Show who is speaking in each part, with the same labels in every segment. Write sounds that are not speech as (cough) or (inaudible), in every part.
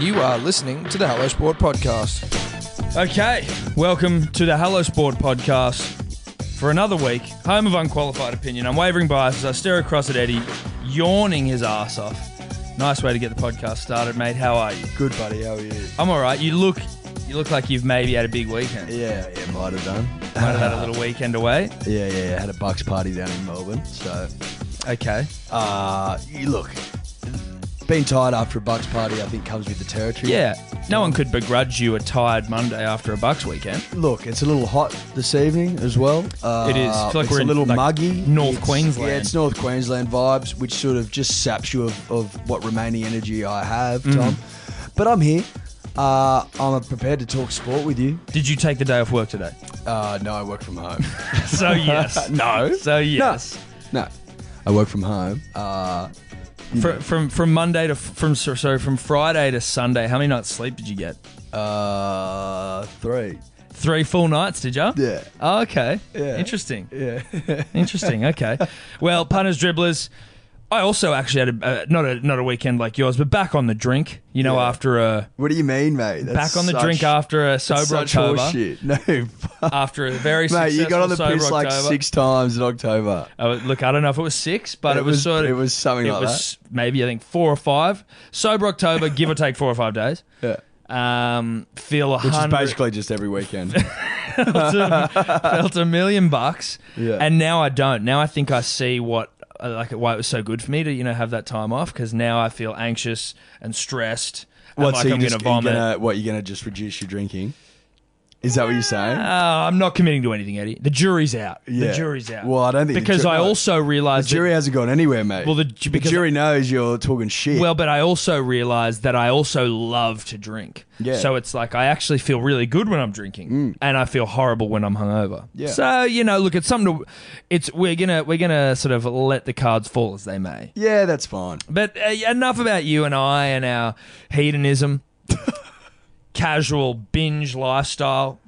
Speaker 1: You are listening to the Hello Sport Podcast.
Speaker 2: Okay, welcome to the Hello Sport podcast for another week. Home of unqualified opinion. Unwavering biases. I stare across at Eddie, yawning his ass off. Nice way to get the podcast started, mate. How are you?
Speaker 3: Good buddy, how are you?
Speaker 2: I'm all right. You look, you look like you've maybe had a big weekend.
Speaker 3: Yeah, yeah, might have done.
Speaker 2: Might have had a little weekend away.
Speaker 3: Yeah, yeah, yeah. Had a bucks party down in Melbourne. So,
Speaker 2: Okay.
Speaker 3: uh, you look, being tired after a bucks party, I think comes with the territory.
Speaker 2: Yeah. No one could begrudge you a tired Monday after a Bucks weekend.
Speaker 3: Look, it's a little hot this evening as well. Uh,
Speaker 2: It is. I feel like
Speaker 3: it's
Speaker 2: we're
Speaker 3: a
Speaker 2: in,
Speaker 3: little
Speaker 2: like,
Speaker 3: muggy.
Speaker 2: North
Speaker 3: It's-
Speaker 2: Queensland.
Speaker 3: Yeah, it's North Queensland vibes, which sort of just saps you of, of what remaining energy I have, Tom.
Speaker 2: Mm-hmm.
Speaker 3: But I'm here. Uh, I'm prepared to talk sport with you.
Speaker 2: Did you take the day off work today?
Speaker 3: Uh, no, I work from home.
Speaker 2: (laughs) So (laughs) yes.
Speaker 3: no.
Speaker 2: So yes.
Speaker 3: No, I work from home. Uh,
Speaker 2: Fr- from from Monday to from so- sorry from Friday to Sunday, how many nights sleep did you get?
Speaker 3: uh, three.
Speaker 2: Three full nights, did you?
Speaker 3: Yeah.
Speaker 2: Oh, okay.
Speaker 3: Yeah.
Speaker 2: Interesting.
Speaker 3: Yeah.
Speaker 2: Interesting.
Speaker 3: (laughs)
Speaker 2: Okay. Well, punters, dribblers. I also actually had a, uh, not a not a weekend like yours, but back on the drink. You know,
Speaker 3: Yeah.
Speaker 2: after a
Speaker 3: (laughs) what do you mean, mate? That's
Speaker 2: back on the
Speaker 3: such-
Speaker 2: drink after a
Speaker 3: that's
Speaker 2: sober
Speaker 3: such
Speaker 2: October.
Speaker 3: horseshit. (laughs) No,
Speaker 2: (laughs)
Speaker 3: fuck.
Speaker 2: After a very
Speaker 3: mate, you got on the
Speaker 2: successful
Speaker 3: piss
Speaker 2: sober
Speaker 3: like
Speaker 2: October.
Speaker 3: six times in October.
Speaker 2: Uh, look, I don't know if it was six, but
Speaker 3: It
Speaker 2: it, was,
Speaker 3: was-
Speaker 2: sort of
Speaker 3: it was something
Speaker 2: it
Speaker 3: like
Speaker 2: was Maybe I think four or five sober October, give or take four or five days.
Speaker 3: Yeah.
Speaker 2: Um, feel a
Speaker 3: Which is
Speaker 2: hundred,
Speaker 3: basically just
Speaker 2: (laughs)
Speaker 3: every weekend.
Speaker 2: felt, a, felt a million bucks,
Speaker 3: Yeah.
Speaker 2: and now I don't. Now I think I see what uh, like why it was so good for me to you know have that time off because now I feel anxious and stressed. and like I'm
Speaker 3: just-
Speaker 2: gonna vomit.
Speaker 3: gonna- what you're gonna just reduce your drinking? Is that what you're saying?
Speaker 2: Uh, I'm not committing to anything, Eddie. The jury's out.
Speaker 3: Yeah.
Speaker 2: The jury's out.
Speaker 3: Well, I don't think the
Speaker 2: because
Speaker 3: ju-
Speaker 2: I
Speaker 3: no.
Speaker 2: also
Speaker 3: the
Speaker 2: realised that-
Speaker 3: jury hasn't gone anywhere, mate.
Speaker 2: Well, the-
Speaker 3: the
Speaker 2: because-
Speaker 3: jury knows you're talking shit.
Speaker 2: Well, but I also realize that I also love to drink.
Speaker 3: Yeah. Mm.
Speaker 2: So it's like I actually feel really good when I'm drinking, and I feel horrible when I'm hungover.
Speaker 3: Yeah.
Speaker 2: So you know, look, it's something to. It's we're gonna we're gonna sort of let the cards fall as they may.
Speaker 3: yeah, that's fine.
Speaker 2: But uh, enough about you and I and our
Speaker 3: (laughs)
Speaker 2: hedonism, casual binge lifestyle.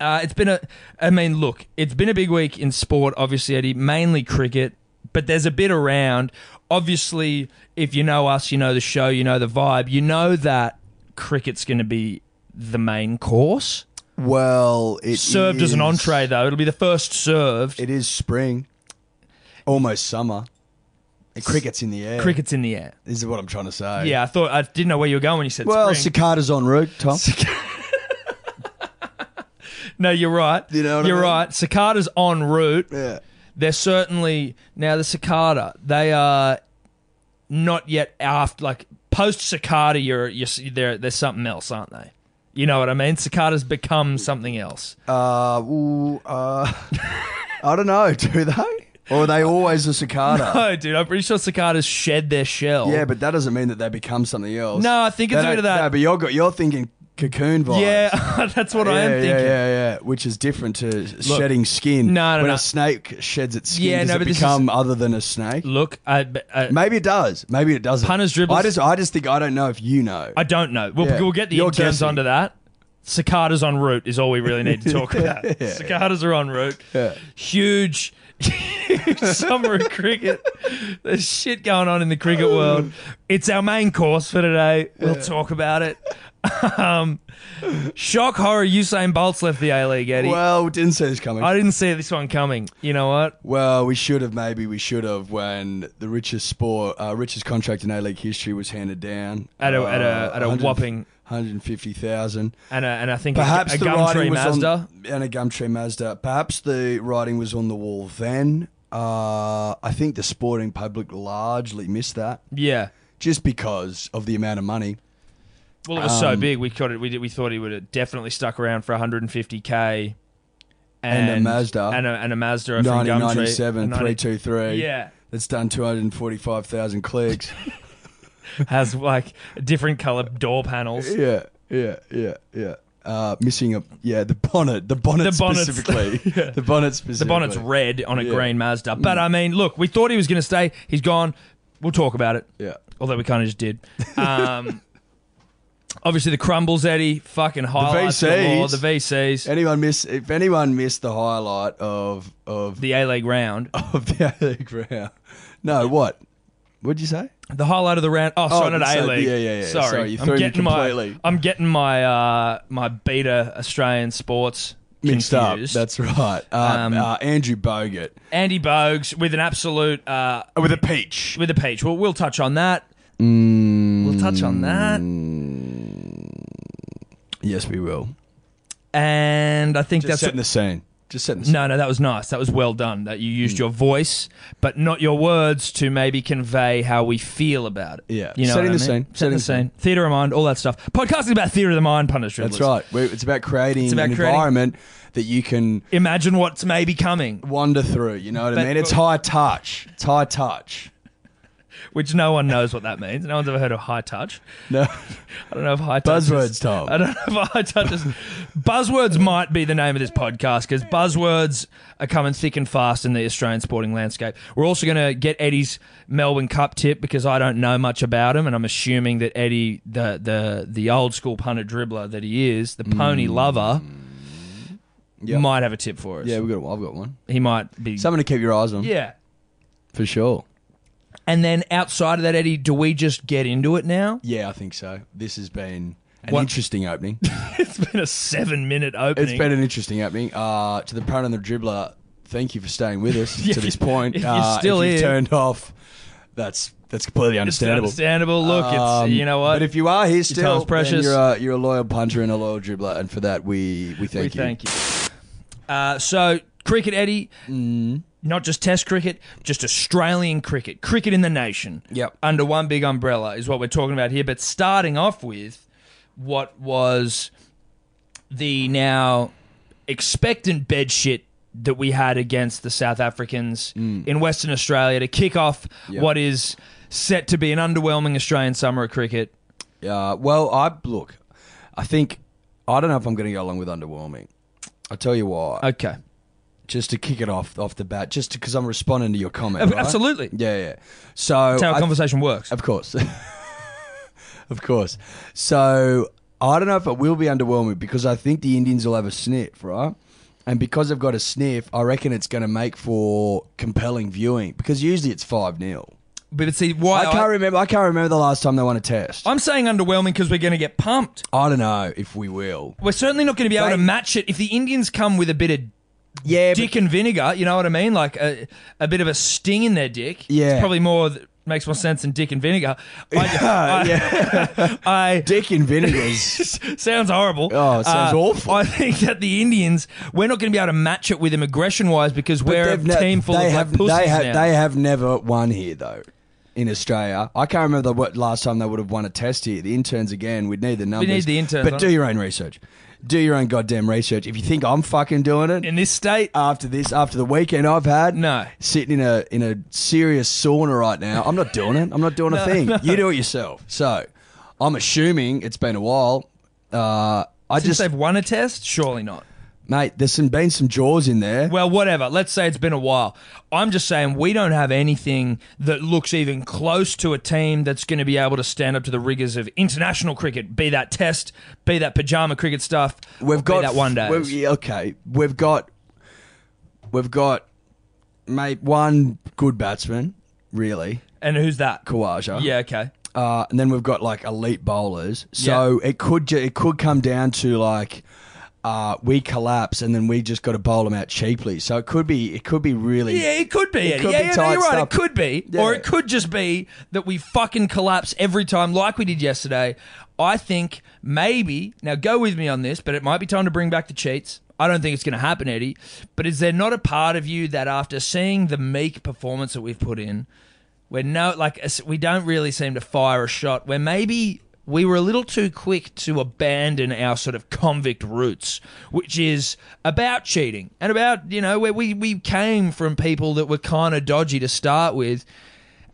Speaker 2: Uh, it's been a, I mean, look, it's been a big week in sport, obviously, Eddie, mainly cricket, but there's a bit around. Obviously, if you know us, you know the show, you know the vibe, you know that cricket's going to be the main course.
Speaker 3: Well, it
Speaker 2: Served as an
Speaker 3: is-
Speaker 2: entree, though. It'll be the first served.
Speaker 3: It is spring, almost summer. And cricket's in the air.
Speaker 2: Cricket's in the air.
Speaker 3: This is what I'm trying to say.
Speaker 2: Yeah, I thought, I didn't know where you were going when you said
Speaker 3: Well,
Speaker 2: spring.
Speaker 3: cicadas en route, Tom.
Speaker 2: No, you're right.
Speaker 3: You know what I
Speaker 2: you're
Speaker 3: mean?
Speaker 2: right. Cicadas en route.
Speaker 3: yeah.
Speaker 2: They're certainly now the cicada. They are not yet after like post cicada. You're you're they're they're something else, aren't they? You know what I mean? Cicadas become something else.
Speaker 3: Uh, ooh, uh, I don't know. (laughs) Do they? Or are they always a cicada?
Speaker 2: (laughs) Oh, dude, I'm pretty sure cicadas shed their shell.
Speaker 3: Yeah, but that doesn't mean that they become something else.
Speaker 2: No, I think it's
Speaker 3: They
Speaker 2: a bit of
Speaker 3: don't-
Speaker 2: that-
Speaker 3: No, but you're go- you're thinking cocoon vibes.
Speaker 2: yeah, (laughs) that's what
Speaker 3: Yeah,
Speaker 2: I am
Speaker 3: yeah,
Speaker 2: thinking.
Speaker 3: yeah, yeah, which is different to shedding skin.
Speaker 2: No, no,
Speaker 3: when
Speaker 2: no.
Speaker 3: a snake sheds its skin,
Speaker 2: Yeah,
Speaker 3: does
Speaker 2: no,
Speaker 3: it
Speaker 2: but this is-
Speaker 3: become other than a snake?
Speaker 2: Look, I, I
Speaker 3: Maybe it does. Maybe it doesn't.
Speaker 2: Punters, dribblers-
Speaker 3: I just, I just think I don't know if you know.
Speaker 2: I don't know. We'll,
Speaker 3: Yeah.
Speaker 2: we'll get the
Speaker 3: You're
Speaker 2: interns
Speaker 3: guessing.
Speaker 2: onto that. Cicadas en route is all we really need to
Speaker 3: (laughs)
Speaker 2: talk about. Cicadas are en route.
Speaker 3: Yeah.
Speaker 2: Huge, huge (laughs) summer of cricket. There's shit going on in the cricket
Speaker 3: Oh.
Speaker 2: world. It's our main course for today. We'll talk about it. (laughs) um, shock horror. Usain Bolt's left the A League, Eddie.
Speaker 3: well, we didn't see this coming.
Speaker 2: I didn't see this one coming. You know what?
Speaker 3: Well, we should have. Maybe we should have when the richest sport, uh, richest contract in A League history was handed down
Speaker 2: At a-
Speaker 3: Uh,
Speaker 2: at a- at a
Speaker 3: 100
Speaker 2: whopping-
Speaker 3: 150,000.
Speaker 2: And, uh, and I think
Speaker 3: Perhaps
Speaker 2: a, a
Speaker 3: the
Speaker 2: Gumtree
Speaker 3: writing was
Speaker 2: Mazda.
Speaker 3: on and a Gumtree Mazda. Perhaps the writing was on the wall then. Uh, I think the sporting public largely missed that
Speaker 2: yeah.
Speaker 3: just because of the amount of money.
Speaker 2: Well, it was
Speaker 3: Um,
Speaker 2: so big. We caught it. We did, we thought he would have definitely stuck around for 150k.
Speaker 3: And a Mazda.
Speaker 2: and a, and a Mazda from Gumtree,
Speaker 3: 1997,
Speaker 2: And 90
Speaker 3: 323.
Speaker 2: Yeah,
Speaker 3: That's done 245,000 clicks.
Speaker 2: has like different color door panels.
Speaker 3: (laughs) Yeah, yeah, yeah, yeah. Uh, missing a yeah, the bonnet, the bonnet
Speaker 2: The bonnets. (laughs)
Speaker 3: specifically, the bonnet
Speaker 2: The
Speaker 3: specifically.
Speaker 2: bonnet's red on a
Speaker 3: Yeah. Mm.
Speaker 2: green Mazda. But I mean, look, we thought he was going to stay. He's gone. We'll talk about it.
Speaker 3: Yeah,
Speaker 2: Although we kind of just
Speaker 3: (laughs)
Speaker 2: did. Um, obviously, the crumbles, Eddie. Fucking highlights. galore,
Speaker 3: VCs.
Speaker 2: The VCs.
Speaker 3: anyone miss if anyone missed the highlight of of (laughs)
Speaker 2: The A League round.
Speaker 3: of the A League round? No, what What'd you say?
Speaker 2: The highlight of the round. Oh, sorry,
Speaker 3: Oh,
Speaker 2: not A
Speaker 3: so-
Speaker 2: League.
Speaker 3: yeah, yeah, yeah.
Speaker 2: Sorry,
Speaker 3: Sorry, you threw
Speaker 2: I'm
Speaker 3: me
Speaker 2: getting my
Speaker 3: completely.
Speaker 2: I'm getting my uh, my beta Australian sports
Speaker 3: Mixed
Speaker 2: confused.
Speaker 3: up. That's right. Uh,
Speaker 2: Um,
Speaker 3: uh, Andrew Bogut
Speaker 2: Andy Bogues with an absolute uh,
Speaker 3: with a peach.
Speaker 2: with a peach. Well, we'll touch on that.
Speaker 3: Mm.
Speaker 2: We'll touch on that,
Speaker 3: Yes, we will.
Speaker 2: and I think
Speaker 3: Just
Speaker 2: that's
Speaker 3: setting the scene. Just setting the scene.
Speaker 2: No, no, that was nice. That was well done. That you
Speaker 3: Mm.
Speaker 2: used your voice, but not your words, to maybe convey how we feel about it.
Speaker 3: Yeah.
Speaker 2: you know,
Speaker 3: Setting
Speaker 2: what
Speaker 3: the
Speaker 2: I mean?
Speaker 3: scene. Setting the scene.
Speaker 2: Theater of mind, all that stuff. Podcasting about theater of the mind, Punisher.
Speaker 3: That's right. We- It's about creating
Speaker 2: It's about
Speaker 3: an
Speaker 2: creating-
Speaker 3: environment that you can
Speaker 2: Imagine what's maybe coming,
Speaker 3: wander through. You know what
Speaker 2: But-
Speaker 3: I mean? It's high touch. It's high touch. (laughs)
Speaker 2: which no one knows what that means. No one's ever heard of high touch.
Speaker 3: No,
Speaker 2: I don't know if high touch is-
Speaker 3: buzzwords, Tom.
Speaker 2: I don't know if high touch is. buzzwords might be the name of this podcast because buzzwords are coming thick and fast in the Australian sporting landscape. We're also going to get Eddie's Melbourne Cup tip because I don't know much about him, and I'm assuming that Eddie, the the the old school punter dribbler that he is, the pony
Speaker 3: Mm.
Speaker 2: lover,
Speaker 3: Yeah.
Speaker 2: might have a tip for us.
Speaker 3: Yeah, we got. I've got one.
Speaker 2: he might be.
Speaker 3: Something to keep your eyes on.
Speaker 2: yeah.
Speaker 3: for sure.
Speaker 2: And then outside of that, Eddie, do we just get into it now?
Speaker 3: Yeah, I think so. This has been an
Speaker 2: What- (laughs)
Speaker 3: interesting opening.
Speaker 2: It's been a seven minute opening.
Speaker 3: it's been an interesting opening. Uh, to the pro and the dribbler, thank you for staying with
Speaker 2: (laughs)
Speaker 3: us
Speaker 2: Yeah,
Speaker 3: to this point.
Speaker 2: if you're
Speaker 3: uh,
Speaker 2: still
Speaker 3: if you've
Speaker 2: here-
Speaker 3: turned off, that's that's completely
Speaker 2: It's
Speaker 3: understandable.
Speaker 2: understandable. Look,
Speaker 3: Um,
Speaker 2: it's you know what.
Speaker 3: But if you are here still,
Speaker 2: time's
Speaker 3: then
Speaker 2: precious.
Speaker 3: You're, a, you're a loyal punter and a loyal dribbler, and for that we we
Speaker 2: we
Speaker 3: thank you.
Speaker 2: thank you. Uh, so cricket, Eddie,
Speaker 3: Mm.
Speaker 2: not just Test cricket, just Australian cricket, cricket in the nation.
Speaker 3: Yep.
Speaker 2: under one big umbrella is what we're talking about here. But starting off with what was the now expectant bed shit that we had against the South Africans in Western Australia to kick off
Speaker 3: Mm. Yep.
Speaker 2: what is set to be an underwhelming Australian summer of cricket.
Speaker 3: Uh, well, I look. I think I don't know if I'm going to go along with underwhelming. I'll tell you why.
Speaker 2: Okay,
Speaker 3: just to kick it off off the bat, just because I'm responding to your comment. right?
Speaker 2: absolutely.
Speaker 3: Yeah, yeah. So
Speaker 2: That's how a
Speaker 3: I-
Speaker 2: conversation works.
Speaker 3: Of course. (laughs) of course. So I don't know if it will be underwhelming because I think the Indians will have a sniff, right? And because they've got a sniff, I reckon it's going to make for compelling viewing because usually it's 5 0.
Speaker 2: But see, why
Speaker 3: I can't remember. I can't remember the last time they won a test.
Speaker 2: I'm saying underwhelming because we're going to get pumped.
Speaker 3: I don't know if we will.
Speaker 2: We're certainly not going to be able to
Speaker 3: They-
Speaker 2: match it if the Indians come with a bit of
Speaker 3: Yeah,
Speaker 2: dick and vinegar. You know what I mean? Like a, a bit of a sting in their dick.
Speaker 3: Yeah.
Speaker 2: it's probably more makes more sense than dick and
Speaker 3: (laughs)
Speaker 2: vinegar. I, I, I-
Speaker 3: dick and
Speaker 2: (laughs)
Speaker 3: vinegars.
Speaker 2: sounds horrible. Uh,
Speaker 3: Oh, it sounds awful.
Speaker 2: I think that the Indians we're not going to be able to match it with them aggression wise because we're a
Speaker 3: They've ne-
Speaker 2: team full
Speaker 3: they
Speaker 2: of
Speaker 3: have,
Speaker 2: like pussies
Speaker 3: they have,
Speaker 2: now.
Speaker 3: They have never won here though. In Australia, I can't remember what last time they would have won a test here. The interns again, we'd need the numbers.
Speaker 2: the interns,
Speaker 3: but
Speaker 2: I
Speaker 3: do
Speaker 2: know.
Speaker 3: your own research. Do your own goddamn research. If you think I'm fucking doing it
Speaker 2: in this state.
Speaker 3: after this, after the weekend I've had,
Speaker 2: No.
Speaker 3: sitting in a in a serious sauna right now, I'm not doing it. I'm not doing a thing. You do it yourself. So, I'm assuming it's been a while. Uh, I
Speaker 2: Since
Speaker 3: just,
Speaker 2: they've won a test, surely not.
Speaker 3: mate, there's some, been some jaws in there.
Speaker 2: Well, whatever. Let's say it's been a while. I'm just saying we don't have anything that looks even close to a team that's going to be able to stand up to the rigors of international cricket, be that test, be that pajama cricket stuff. or
Speaker 3: We've got
Speaker 2: be that one day.
Speaker 3: we've- yeah, okay, we've got we've got mate one good batsman, really,
Speaker 2: and who's that?
Speaker 3: Kawaja.
Speaker 2: Yeah, okay.
Speaker 3: Uh, and then we've got like elite bowlers. So it could ju- it could come down to like uh, we collapse and then we just got to bowl them out cheaply. So it could be it could be really
Speaker 2: Yeah, it could be.
Speaker 3: It
Speaker 2: Eddie.
Speaker 3: could
Speaker 2: yeah,
Speaker 3: be
Speaker 2: yeah, no,
Speaker 3: tight
Speaker 2: you're right.
Speaker 3: stuff.
Speaker 2: It could be,
Speaker 3: Yeah.
Speaker 2: or it could just be that we fucking collapse every time, like we did yesterday. I think maybe now go with me on this, but it might be time to bring back the cheats. I don't think it's going to happen, Eddie. But is there not a part of you that after seeing the meek performance that we've put in, where no, like us- we don't really seem to fire a shot, where maybe we were a little too quick to abandon our sort of convict roots, which is about cheating and about, you know, where we, we came from people that were kind of dodgy to start with.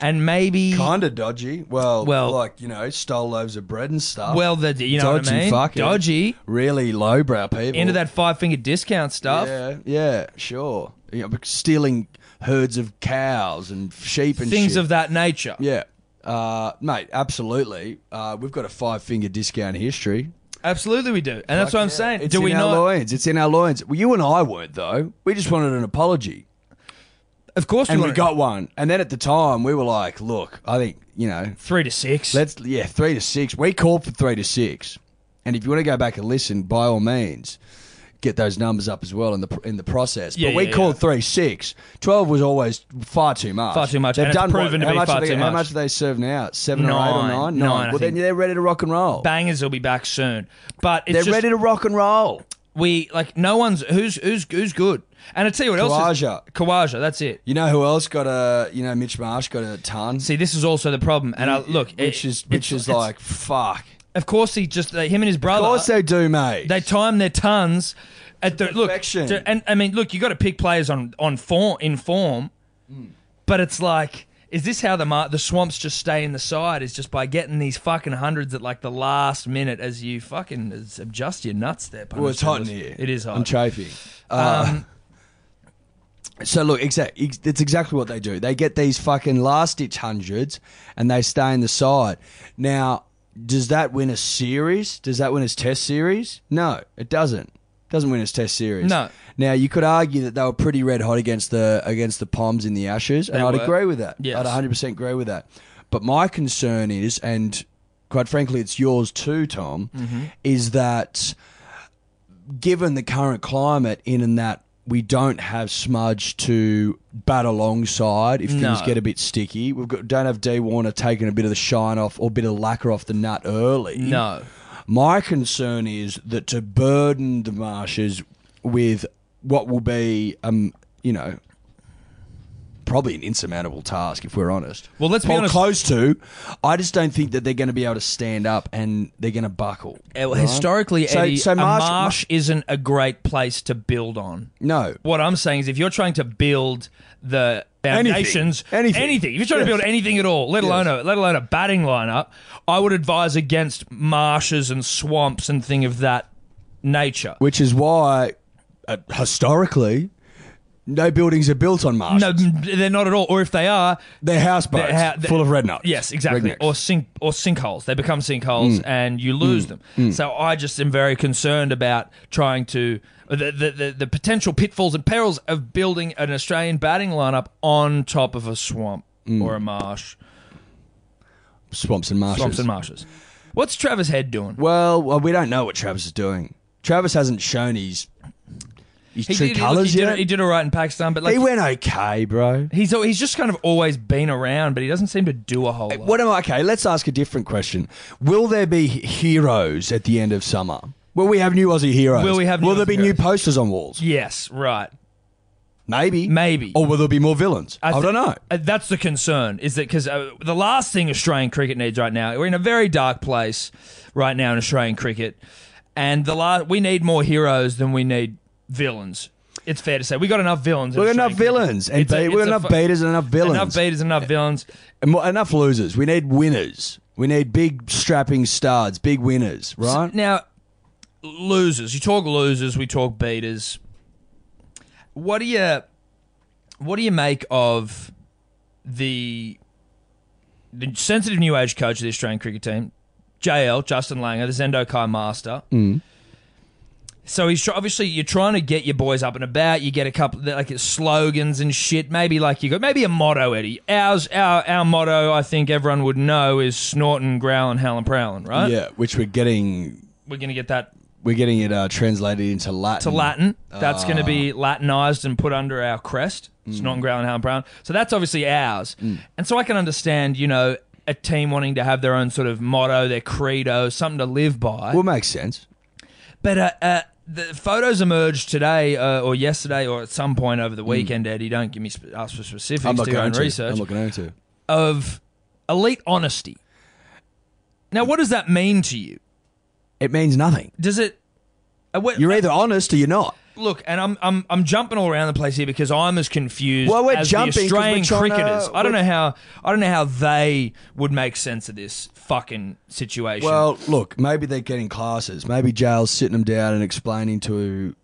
Speaker 2: And maybe,
Speaker 3: kind of dodgy. Well,
Speaker 2: Well-
Speaker 3: like you know, stole loaves of bread and stuff.
Speaker 2: well, the, you know
Speaker 3: dodgy,
Speaker 2: what I mean?
Speaker 3: fucking
Speaker 2: Dodgy.
Speaker 3: really lowbrow people.
Speaker 2: Into that five finger discount stuff.
Speaker 3: Yeah, yeah, sure. You know, but stealing herds of cows and sheep and
Speaker 2: Things
Speaker 3: shit.
Speaker 2: of that nature.
Speaker 3: yeah, uh, mate, absolutely. Uh, we've got a five finger discount history.
Speaker 2: Absolutely, we do, and that's what I'm saying.
Speaker 3: It's
Speaker 2: do
Speaker 3: in
Speaker 2: we
Speaker 3: our
Speaker 2: not?
Speaker 3: loins? It's in our loins. Well, you and I weren't though. We just wanted an apology.
Speaker 2: Of course, we,
Speaker 3: and we
Speaker 2: wanted-
Speaker 3: got one. And then at the time, we were like, "Look, I think you know,
Speaker 2: three to 6
Speaker 3: let's yeah, three to six. We called for three to six. And if you want to go back and listen, by all means, get those numbers up as well in the pr- in the process.
Speaker 2: Yeah,
Speaker 3: but we
Speaker 2: yeah,
Speaker 3: called three six. Twelve was always far too much.
Speaker 2: Far too much, and it's proven to
Speaker 3: how
Speaker 2: be
Speaker 3: much
Speaker 2: far
Speaker 3: have they,
Speaker 2: too
Speaker 3: How
Speaker 2: much.
Speaker 3: much do they serve now? Seven or eight or
Speaker 2: Nine.
Speaker 3: nine?
Speaker 2: Nine, I
Speaker 3: well, then
Speaker 2: think.
Speaker 3: they're ready to rock and roll.
Speaker 2: bangers will be back soon. But it's
Speaker 3: they're
Speaker 2: just
Speaker 3: ready to rock and roll.
Speaker 2: we like no one's who's who's who's good. And I tell you what else, is-
Speaker 3: Kawaja.
Speaker 2: Kawaja, that's it.
Speaker 3: You know who else got a? You know Mitch Marsh got a ton.
Speaker 2: See, this is also the problem. And I, look,
Speaker 3: which
Speaker 2: is
Speaker 3: is which is like fuck.
Speaker 2: of course he just uh, him and his
Speaker 3: Of
Speaker 2: brother.
Speaker 3: course they do, mate.
Speaker 2: They time their tons at the look.
Speaker 3: Perfection.
Speaker 2: to- and I mean, look, you got to pick players on on form in form,
Speaker 3: Hmm.
Speaker 2: but it's like. Is this how the mar- the swamps just stay in the side? Is just by getting these fucking hundreds at like the last minute as you fucking as- adjust your nuts there.
Speaker 3: Well, it's hot in
Speaker 2: punters.
Speaker 3: here.
Speaker 2: It is hot.
Speaker 3: I'm chafing. Uh,
Speaker 2: Um,
Speaker 3: so look, exact. ex- That's exactly what they do. They get these fucking last ditch hundreds, and they stay in the side. Now, does that win a series? Does that win us Test series? No, it doesn't. Doesn't win us Test series.
Speaker 2: No.
Speaker 3: Now you could argue that they were pretty red hot against the against the Poms in the Ashes, and
Speaker 2: They
Speaker 3: I'd
Speaker 2: were.
Speaker 3: agree with that.
Speaker 2: Yes.
Speaker 3: I'd 100 percent agree with that. But my concern is, and quite frankly, it's yours too, Tom,
Speaker 2: Mm-hmm.
Speaker 3: is that given the current climate in and that we don't have Smudge to bat alongside if things
Speaker 2: No.
Speaker 3: get a bit sticky. We've got don't have D Warner taking a bit of the shine off or a bit of lacquer off the nut early.
Speaker 2: no,
Speaker 3: My concern is that to burden the marshes with what will be um you know probably an insurmountable task if we're honest.
Speaker 2: Well, let's be
Speaker 3: Or
Speaker 2: honest-
Speaker 3: close to. I just don't think that they're going to be able to stand up and they're going to buckle.
Speaker 2: Uh, well,
Speaker 3: right?
Speaker 2: Historically,
Speaker 3: So-
Speaker 2: Eddie,
Speaker 3: so
Speaker 2: a
Speaker 3: Marsh-
Speaker 2: marsh isn't a great place to build on.
Speaker 3: no.
Speaker 2: What I'm saying is, if you're trying to build the
Speaker 3: Anything.
Speaker 2: foundations,
Speaker 3: Anything.
Speaker 2: if you're trying to
Speaker 3: Yes.
Speaker 2: build anything at all, let alone a let alone a batting lineup, I would advise against marshes and swamps and thing of that nature.
Speaker 3: Which is why, uh, historically, no buildings are built on marshes.
Speaker 2: No, m- they're not at all. Or if they are,
Speaker 3: They're houseboats
Speaker 2: they're ha- they're-
Speaker 3: full of rednecks.
Speaker 2: Yes, exactly.
Speaker 3: Rednecks. Mm.
Speaker 2: Or sink or sinkholes. They become sinkholes, and you lose them. So I just am very concerned about trying to uh, the, the the the potential pitfalls and perils of building an Australian batting lineup on top of a swamp
Speaker 3: Mm.
Speaker 2: or a marsh,
Speaker 3: swamps and marshes.
Speaker 2: swamps and marshes. What's Travis Head doing?
Speaker 3: well, well, we don't know what Travis is doing. Travis hasn't shown his his
Speaker 2: He
Speaker 3: true
Speaker 2: did, he- look,
Speaker 3: colours
Speaker 2: he,
Speaker 3: yet.
Speaker 2: did, he did all right in Pakistan, but like
Speaker 3: he went okay, bro.
Speaker 2: he's al- he's just kind of always been around, but he doesn't seem to do a whole lot.
Speaker 3: What am I? Okay, let's ask a different question. Will there be he- heroes at the end of summer? Will we have new Aussie heroes?
Speaker 2: Will we have new
Speaker 3: Will there
Speaker 2: Aussie
Speaker 3: be
Speaker 2: heroes?
Speaker 3: new posters on walls?
Speaker 2: yes, right.
Speaker 3: Maybe.
Speaker 2: Maybe.
Speaker 3: Or will there be more villains? I,
Speaker 2: thi-
Speaker 3: don't know.
Speaker 2: uh, That's the concern, is that because uh, the last thing Australian cricket needs right now, we're in a very dark place right now in Australian cricket, and the last we need more heroes than we need villains. It's fair to say we got enough villains. in
Speaker 3: We've got enough
Speaker 2: Australian cricket.
Speaker 3: villains, and
Speaker 2: It's a-
Speaker 3: be- we've got
Speaker 2: it's a
Speaker 3: enough
Speaker 2: fu-
Speaker 3: beaters and enough villains.
Speaker 2: Enough beaters, enough villains.
Speaker 3: And mo- Enough losers. We need winners. We need big strapping studs, big winners, right?
Speaker 2: Now, losers. You talk losers. We talk beaters. What do you, what do you make of the the sensitive new age coach of the Australian cricket team, JL Justin Langer, the Zendo Kai master? So he's tr- obviously you're trying to get your boys up and about. You get a couple like slogans and shit. Maybe like you got maybe a motto, Eddie. Ours our our motto, I think everyone would know is snorting, growling, howling, prowling. Right?
Speaker 3: Yeah, which we're getting
Speaker 2: We're gonna get that
Speaker 3: we're getting it uh, translated into Latin.
Speaker 2: to Latin. That's going to
Speaker 3: Ah.
Speaker 2: be Latinized and put under our crest. It's
Speaker 3: Mm.
Speaker 2: not Growl and Hound Brown. So that's obviously ours. And so I can understand, you know, a team wanting to have their own sort of motto, their credo, something to live by.
Speaker 3: Well, makes sense.
Speaker 2: But uh, uh, the photos emerged today uh, or yesterday or at some point over the weekend, Eddie. Don't give me sp- ask for specifics.
Speaker 3: Mm. I'm not
Speaker 2: do your
Speaker 3: going
Speaker 2: own
Speaker 3: to.
Speaker 2: research
Speaker 3: I'm not going to.
Speaker 2: of elite honesty. Now, what does that mean to you?
Speaker 3: It means nothing.
Speaker 2: Does it? uh, what-
Speaker 3: You're either honest or you're not.
Speaker 2: Look, and I'm I'm I'm jumping all around the place here because I'm as confused
Speaker 3: Well, we're
Speaker 2: as
Speaker 3: jumping 'cause
Speaker 2: the
Speaker 3: we're
Speaker 2: Australian
Speaker 3: trying to-
Speaker 2: cricketers. I don't
Speaker 3: we're-
Speaker 2: know how I don't know how they would make sense of this fucking situation.
Speaker 3: Well, look, maybe they're getting classes. Maybe jail's sitting them down and explaining to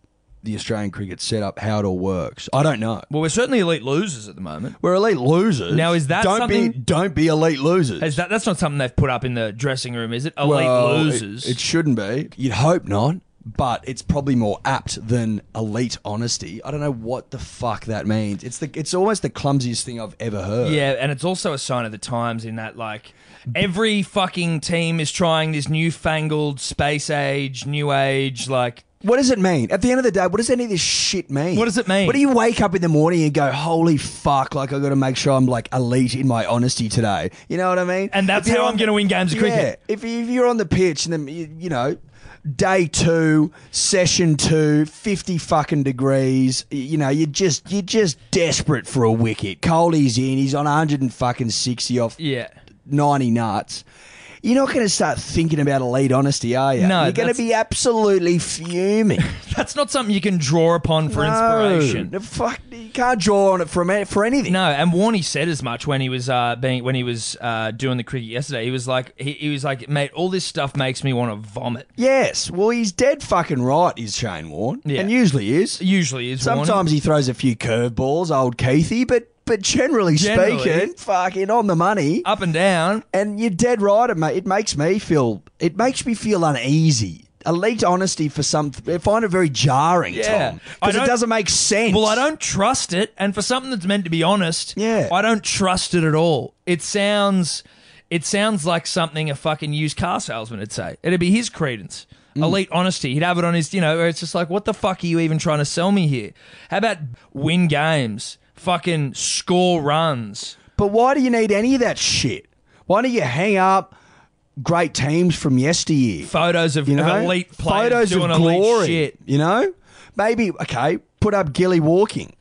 Speaker 3: the Australian cricket setup how it all works. I don't know.
Speaker 2: well, we're certainly elite losers at the moment.
Speaker 3: We're elite losers.
Speaker 2: Now, is that
Speaker 3: don't be
Speaker 2: something-
Speaker 3: don't be elite losers?
Speaker 2: Is that that's not something they've put up in the dressing room, is it? Elite
Speaker 3: Well, it-
Speaker 2: losers.
Speaker 3: It, shouldn't be. You'd hope not. but it's probably more apt than elite honesty. I don't know what the fuck that means. It's the it's almost the clumsiest thing I've ever heard.
Speaker 2: Yeah, and it's also a sign of the times in that like every fucking team is trying this newfangled space age, new age, like
Speaker 3: What does it mean? At the end of the day, what does any of this shit mean?
Speaker 2: What does it mean?
Speaker 3: What do you wake up in the morning and go, "Holy fuck! Like I got to make sure I'm like elite in my honesty today." You know what I mean?
Speaker 2: And that's
Speaker 3: If you're
Speaker 2: how
Speaker 3: on
Speaker 2: I'm gonna win games of
Speaker 3: yeah,
Speaker 2: cricket.
Speaker 3: If, you- if you're on the pitch and then you, you know, day two, session two, 50 fucking degrees, y- you know, you're just you're just desperate for a wicket. Coley's in, he's on 100 and fucking 60 off
Speaker 2: yeah.
Speaker 3: 90 nuts. You're not going to start thinking about elite honesty, are you?
Speaker 2: No,
Speaker 3: you're going to
Speaker 2: that's-
Speaker 3: be absolutely fuming.
Speaker 2: That's not something you can draw upon for
Speaker 3: No.
Speaker 2: inspiration.
Speaker 3: The fuck, you can't draw on it from a- for anything.
Speaker 2: No, and Warney said as much when he was uh, being when he was uh, doing the cricket yesterday. He was like, he, he was like, mate, all this stuff makes me want to vomit.
Speaker 3: Yes, well, he's dead fucking right, is Shane Warne,
Speaker 2: Yeah.
Speaker 3: and usually is.
Speaker 2: Usually is Warney.
Speaker 3: Sometimes he throws a few curveballs, old Keithy, but but generally,
Speaker 2: Generally.
Speaker 3: speaking, fucking on the money.
Speaker 2: up and down.
Speaker 3: And you're dead right. It, ma- it makes me feel. It makes me feel uneasy. Elite honesty for some. I find it very jarring,
Speaker 2: Yeah.
Speaker 3: Tom,
Speaker 2: I
Speaker 3: because it
Speaker 2: don't-
Speaker 3: doesn't make sense.
Speaker 2: Well, I don't trust it, and for something that's meant to be honest,
Speaker 3: Yeah.
Speaker 2: I don't trust it at all. It sounds, it sounds like something a fucking used car salesman would say. It'd be his credence,
Speaker 3: Mm.
Speaker 2: elite honesty. He'd have it on his, you know, where it's just like, what the fuck are you even trying to sell me here? How about win games, fucking score runs?
Speaker 3: But why do you need any of that shit? Why don't you hang up great teams from yesteryear?
Speaker 2: Photos of,
Speaker 3: You know,
Speaker 2: of elite players
Speaker 3: photos
Speaker 2: doing
Speaker 3: of
Speaker 2: elite
Speaker 3: glory.
Speaker 2: shit.
Speaker 3: You know, maybe okay. Put up Gilly walking.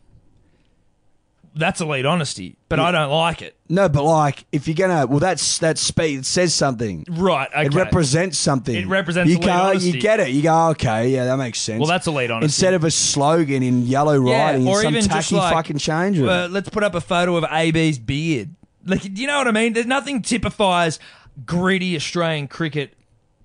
Speaker 2: That's elite honesty, but I don't like it.
Speaker 3: No, but like if you're gonna, well, that's that's speed. It says something.
Speaker 2: Right? Okay.
Speaker 3: It represents something.
Speaker 2: It represents
Speaker 3: You
Speaker 2: elite
Speaker 3: can't.
Speaker 2: honesty.
Speaker 3: You get it. You go. Okay. Yeah, that makes sense.
Speaker 2: Well, that's elite honesty.
Speaker 3: Instead of a slogan in yellow writing, it's some tacky fucking change. room.
Speaker 2: Uh, let's put up a photo of AB's beard. Like, do you know what I mean? There's nothing typifies gritty Australian cricket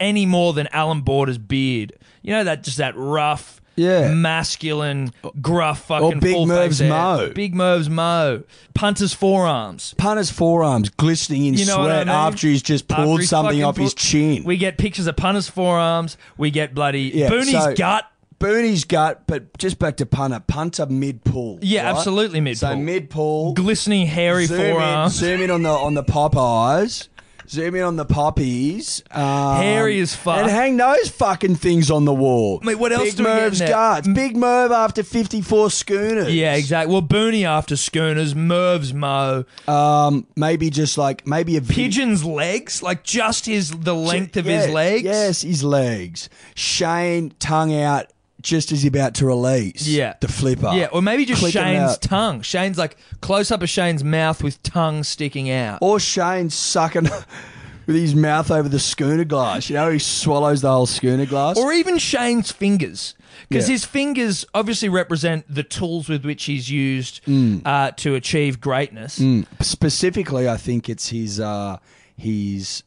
Speaker 2: any more than Alan Border's beard. You know that just that rough,
Speaker 3: Yeah.
Speaker 2: masculine, gruff fucking.
Speaker 3: Big
Speaker 2: full
Speaker 3: Merv's
Speaker 2: face hair.
Speaker 3: mo.
Speaker 2: Big Merv's mo. Punter's forearms.
Speaker 3: Punter's forearms glistening in
Speaker 2: You know what I
Speaker 3: sweat
Speaker 2: mean?
Speaker 3: after he's just pulled
Speaker 2: After he's
Speaker 3: something
Speaker 2: fucking
Speaker 3: off his
Speaker 2: pulled-
Speaker 3: chin.
Speaker 2: We get pictures of Punter's forearms. We get bloody
Speaker 3: Yeah,
Speaker 2: Booney's
Speaker 3: so-
Speaker 2: gut.
Speaker 3: Booney's gut, but just back to punter. Punter mid pull.
Speaker 2: Yeah, absolutely
Speaker 3: So
Speaker 2: mid-pull.
Speaker 3: mid pull.
Speaker 2: Glistening hairy
Speaker 3: Zoom in,
Speaker 2: forearms.
Speaker 3: zoom in on the on the Popeyes. Zoom in on the poppies. Um,
Speaker 2: Hairy as fuck.
Speaker 3: And hang those fucking things on the wall.
Speaker 2: Mate, what else
Speaker 3: Big
Speaker 2: do we get in
Speaker 3: Merv's
Speaker 2: there?
Speaker 3: guards. Big Merv after 54 schooners.
Speaker 2: Yeah, exactly. Well, Booney after Schooners, Merv's Mo,
Speaker 3: Um, maybe just like, maybe a vid-
Speaker 2: Pigeon's legs, like just his the length of his
Speaker 3: Yeah,
Speaker 2: legs.
Speaker 3: Yes, his legs. Shane, tongue out, just as he's about to release.
Speaker 2: Yeah.
Speaker 3: The flipper.
Speaker 2: Yeah, or maybe just
Speaker 3: Click him
Speaker 2: Shane's
Speaker 3: out.
Speaker 2: tongue. Shane's like close up of Shane's mouth with tongue sticking out.
Speaker 3: Or Shane sucking (laughs) with his mouth over the schooner glass. You know, he swallows the whole schooner glass.
Speaker 2: Or even Shane's fingers. Because
Speaker 3: Yeah.
Speaker 2: his fingers obviously represent the tools with which he's used
Speaker 3: Mm.
Speaker 2: uh, to achieve greatness.
Speaker 3: Specifically, I think it's his uh, his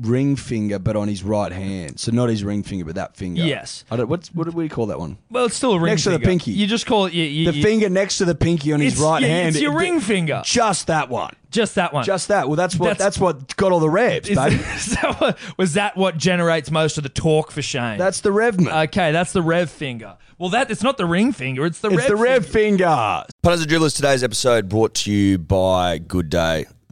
Speaker 3: ring finger, but on his right hand. So not his ring finger, but that finger.
Speaker 2: Yes.
Speaker 3: I don't, what's, what do we call that one?
Speaker 2: Well, it's still a ring
Speaker 3: Next to the
Speaker 2: finger.
Speaker 3: pinky.
Speaker 2: You just call it. You, you,
Speaker 3: The
Speaker 2: you-
Speaker 3: finger next to the pinky on his
Speaker 2: It's-
Speaker 3: right
Speaker 2: yeah,
Speaker 3: hand.
Speaker 2: It's your
Speaker 3: It-
Speaker 2: ring finger.
Speaker 3: Just that one.
Speaker 2: Just that one.
Speaker 3: Just that. Well, that's what that's,
Speaker 2: That's-
Speaker 3: what got all the revs,
Speaker 2: Is-
Speaker 3: baby.
Speaker 2: (laughs) is that what- was that what generates most of the talk for Shane?
Speaker 3: That's the revman.
Speaker 2: okay. That's the rev finger. Well, that it's not the ring finger. It's the
Speaker 3: it's
Speaker 2: rev.
Speaker 3: the rev
Speaker 2: finger.
Speaker 3: finger.
Speaker 4: Punters and Dribblers, today's episode brought to you by Good Day,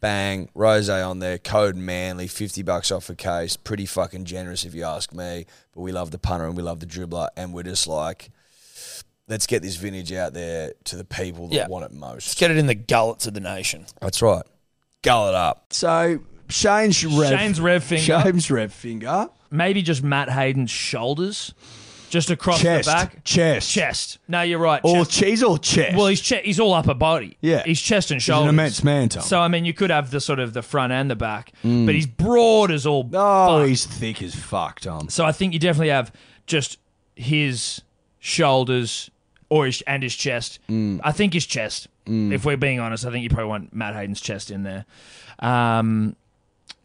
Speaker 4: bang, rose on there, code Manly, 50 bucks off a case. Pretty fucking generous if you ask me. But we love the punter and we love the dribbler. And we're just like, let's get this vintage out there to the people that
Speaker 5: Yeah.
Speaker 4: want it most.
Speaker 5: Let's get it in the gullets of the nation.
Speaker 4: That's right. Gullet up.
Speaker 3: So Shane's rev,
Speaker 2: Shane's rev finger.
Speaker 3: Shane's rev finger,
Speaker 2: Maybe just Matt Hayden's shoulders, just across
Speaker 3: chest,
Speaker 2: the back,
Speaker 3: chest,
Speaker 2: chest. No, you're right.
Speaker 3: or
Speaker 2: chest.
Speaker 3: cheese or chest.
Speaker 2: Well, he's che- he's all upper body.
Speaker 3: Yeah.
Speaker 2: he's chest and
Speaker 3: He's
Speaker 2: shoulders.
Speaker 3: an immense man, Tom. Mm.
Speaker 2: So I mean, you could have the sort of the front and the back, but he's broad as all.
Speaker 3: oh,
Speaker 2: fuck.
Speaker 3: he's thick as fuck, Tom.
Speaker 2: So I think you definitely have just his shoulders or his, and his chest.
Speaker 3: Mm.
Speaker 2: I think his chest. If we're being honest, I think you probably want Matt Hayden's chest in there. Um,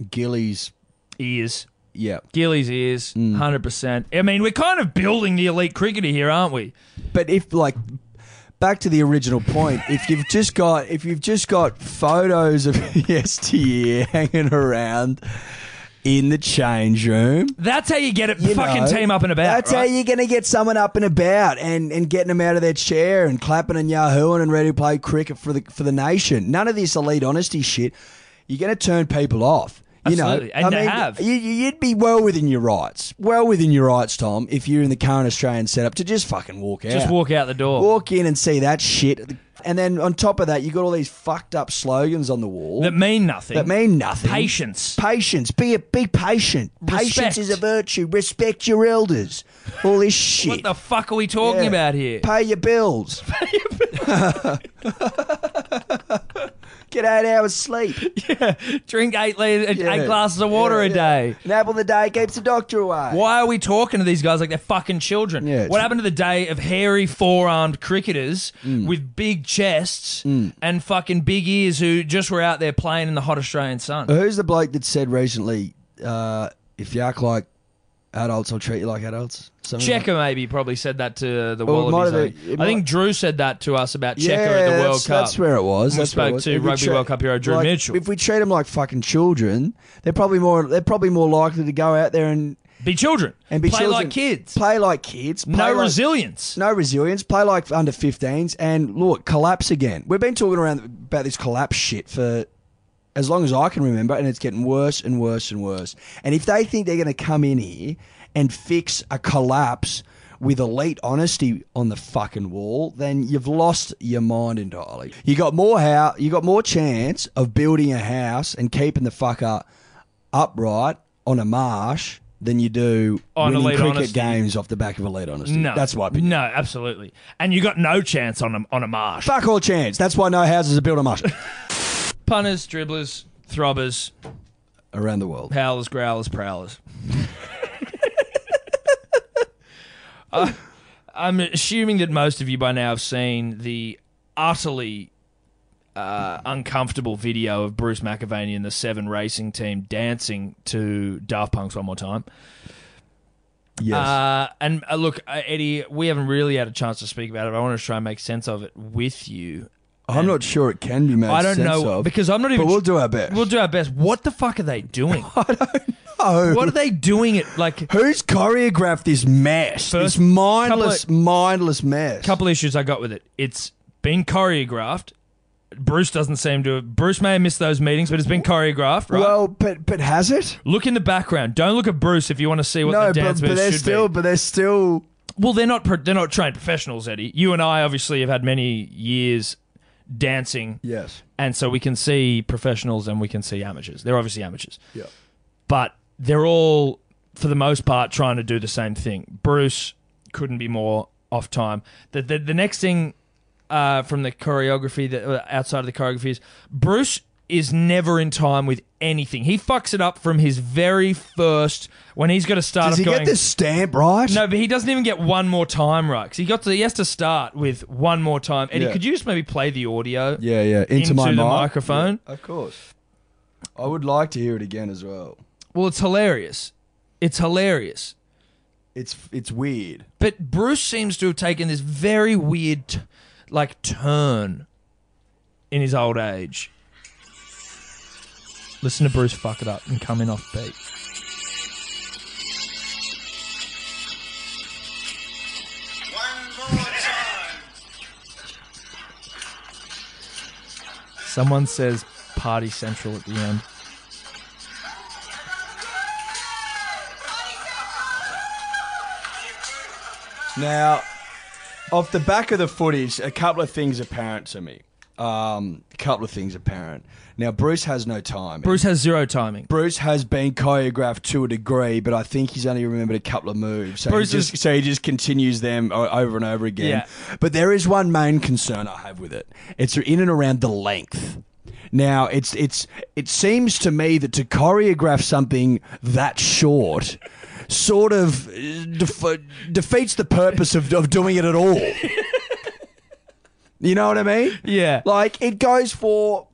Speaker 3: Gillies, Mm.
Speaker 2: ears,
Speaker 3: yeah.
Speaker 2: Gilly's ears, hundred percent. I mean, we're kind of building the elite cricketer here, aren't we?
Speaker 3: But if like back to the original point, if you've just got if you've just got photos of (laughs) yesteryear hanging around in the change room,
Speaker 2: That's how you get it.
Speaker 3: you
Speaker 2: fucking
Speaker 3: know,
Speaker 2: team up and about.
Speaker 3: That's
Speaker 2: right?
Speaker 3: how you're gonna get someone up and about and and getting them out of their chair and clapping and yahooing and ready to play cricket for the for the nation. None of this elite honesty shit. You're gonna turn people off. You
Speaker 2: Absolutely,
Speaker 3: know,
Speaker 2: and
Speaker 3: I
Speaker 2: they
Speaker 3: mean,
Speaker 2: have.
Speaker 3: You, you- you'd be well within your rights, well within your rights, Tom, if you're in the current Australian setup to just fucking walk out.
Speaker 2: Just walk out the door.
Speaker 3: Walk in and see that shit. And then on top of that, you got all these fucked up slogans on the wall
Speaker 2: that mean nothing.
Speaker 3: that mean nothing.
Speaker 2: patience.
Speaker 3: Patience. Be a, be patient.
Speaker 2: Respect.
Speaker 3: Patience is a virtue. Respect your elders. All this shit.
Speaker 2: (laughs) What the fuck are we talking
Speaker 3: Yeah.
Speaker 2: about here?
Speaker 3: Pay
Speaker 2: (laughs)
Speaker 3: your bills. (laughs) Get eight hours
Speaker 2: (laughs)
Speaker 3: sleep.
Speaker 2: Drink eight liter,
Speaker 3: Yeah.
Speaker 2: eight glasses of water
Speaker 3: Yeah,
Speaker 2: a
Speaker 3: yeah.
Speaker 2: day.
Speaker 3: An apple a day keeps the doctor away.
Speaker 2: Why are we talking to these guys like they're fucking children?
Speaker 3: Yeah, it's-
Speaker 2: what happened to the day of hairy four-armed cricketers
Speaker 3: Mm.
Speaker 2: with big chests and fucking big ears who just were out there playing in the hot Australian sun?
Speaker 3: Who's the bloke that said recently, uh, if you act like adults, I'll treat you like adults? Something like-
Speaker 2: Checker maybe probably said that to the
Speaker 3: Well,
Speaker 2: Wallabies.
Speaker 3: it might
Speaker 2: I
Speaker 3: have
Speaker 2: think.
Speaker 3: been- it
Speaker 2: I think
Speaker 3: might-
Speaker 2: Drew said that to us about Checker at the
Speaker 3: that's-
Speaker 2: World Cup.
Speaker 3: That's where it was.
Speaker 2: We
Speaker 3: That's where it
Speaker 2: spoke
Speaker 3: was.
Speaker 2: to
Speaker 3: If we
Speaker 2: Rugby World Cup hero Drew
Speaker 3: like,
Speaker 2: Mitchell.
Speaker 3: If we treat them like fucking children, they're probably more. They're probably more likely to go out there and
Speaker 2: Be children
Speaker 3: and be
Speaker 2: play
Speaker 3: children.
Speaker 2: like kids.
Speaker 3: Play like kids. Play
Speaker 2: no
Speaker 3: like-
Speaker 2: resilience.
Speaker 3: No resilience. Play like under 15s and look collapse again. We've been talking around about this collapse shit for as long as I can remember, and it's getting worse and worse and worse. And if they think they're going to come in here and fix a collapse with elite honesty on the fucking wall, then you've lost your mind entirely. You got more how you got more chance of building a house and keeping the fucker upright on a marsh than you do
Speaker 2: On
Speaker 3: winning
Speaker 2: elite
Speaker 3: cricket
Speaker 2: honesty.
Speaker 3: games off the back of elite honesty.
Speaker 2: No,
Speaker 3: that's why.
Speaker 2: No, absolutely. And you got no chance on a on a marsh.
Speaker 3: Fuck all chance. That's why no houses are built on marsh
Speaker 2: Punters, dribblers, throbbers,
Speaker 3: (laughs) around the world.
Speaker 2: Howlers, growlers,
Speaker 3: (laughs)
Speaker 2: prowlers. I, I'm assuming that most of you by now have seen the utterly uh, uncomfortable video of Bruce McAvaney and the Seven Racing team dancing to Daft Punk's "One More Time."
Speaker 3: Yes.
Speaker 2: Uh, and uh, look, uh, Eddie, we haven't really had a chance to speak about it. But I want to try and make sense of it with you.
Speaker 3: I'm not sure it can be made.
Speaker 2: I don't
Speaker 3: sense
Speaker 2: know
Speaker 3: of,
Speaker 2: because I'm not even.
Speaker 3: But we'll do our best.
Speaker 2: We'll do our best. What the fuck are they
Speaker 3: (laughs)
Speaker 2: doing?
Speaker 3: Oh,
Speaker 2: what are they doing? It like
Speaker 3: who's choreographed this mess?
Speaker 2: First
Speaker 3: this mindless,
Speaker 2: couple
Speaker 3: mindless mess.
Speaker 2: couple issues I got with it. It's been choreographed. Bruce doesn't seem to. have... Bruce may have missed those meetings, but it's been choreographed, right?
Speaker 3: Well, but but has it?
Speaker 2: look in the background. Don't look at Bruce if you want to see what
Speaker 3: no,
Speaker 2: the dance
Speaker 3: but, but
Speaker 2: moves
Speaker 3: they're
Speaker 2: should
Speaker 3: still,
Speaker 2: be.
Speaker 3: but they're still.
Speaker 2: Well, they're not. pro- They're not trained professionals, Eddie. You and I obviously have had many years dancing,
Speaker 3: Yes.
Speaker 2: and so we can see professionals and we can see amateurs. They're obviously amateurs.
Speaker 3: Yeah.
Speaker 2: but they're all for the most part trying to do the same thing. Bruce couldn't be more off time. The the, the next thing uh, from the choreography that uh, outside of the choreography is Bruce is never in time with anything. He fucks it up from his very first when he's got to start. up
Speaker 3: Does he
Speaker 2: going,
Speaker 3: get this stamp right?
Speaker 2: No, but he doesn't even get one more time right. 'cause he got to he has to start with one more time. Eddie,
Speaker 3: Yeah.
Speaker 2: could you just maybe play the audio
Speaker 3: Yeah, yeah. Into,
Speaker 2: into,
Speaker 3: my
Speaker 2: the
Speaker 3: mic.
Speaker 2: microphone?
Speaker 3: Of course. I would like to hear it again as well.
Speaker 2: Well, it's hilarious. It's hilarious.
Speaker 3: It's it's weird.
Speaker 2: But Bruce seems to have taken this very weird, t- like, turn in his old age. Listen to Bruce fuck it up and come in off beat. Someone says Party Central at the end.
Speaker 3: Now, off the back of the footage, a couple of things apparent to me. Um, a couple of things apparent. Now, Bruce has no time.
Speaker 2: Bruce has zero timing.
Speaker 3: Bruce has been choreographed to a degree, but I think he's only remembered a couple of moves. So,
Speaker 2: Bruce
Speaker 3: he, just,
Speaker 2: is-
Speaker 3: so he just continues them o- over and over again.
Speaker 2: Yeah.
Speaker 3: But there is one main concern I have with it. It's in and around the length. Now, it's it's it seems to me that to choreograph something that short sort of uh, def- defeats the purpose of, of doing it
Speaker 2: (laughs)
Speaker 3: at all. you know what I mean?
Speaker 2: Yeah.
Speaker 3: Like it goes for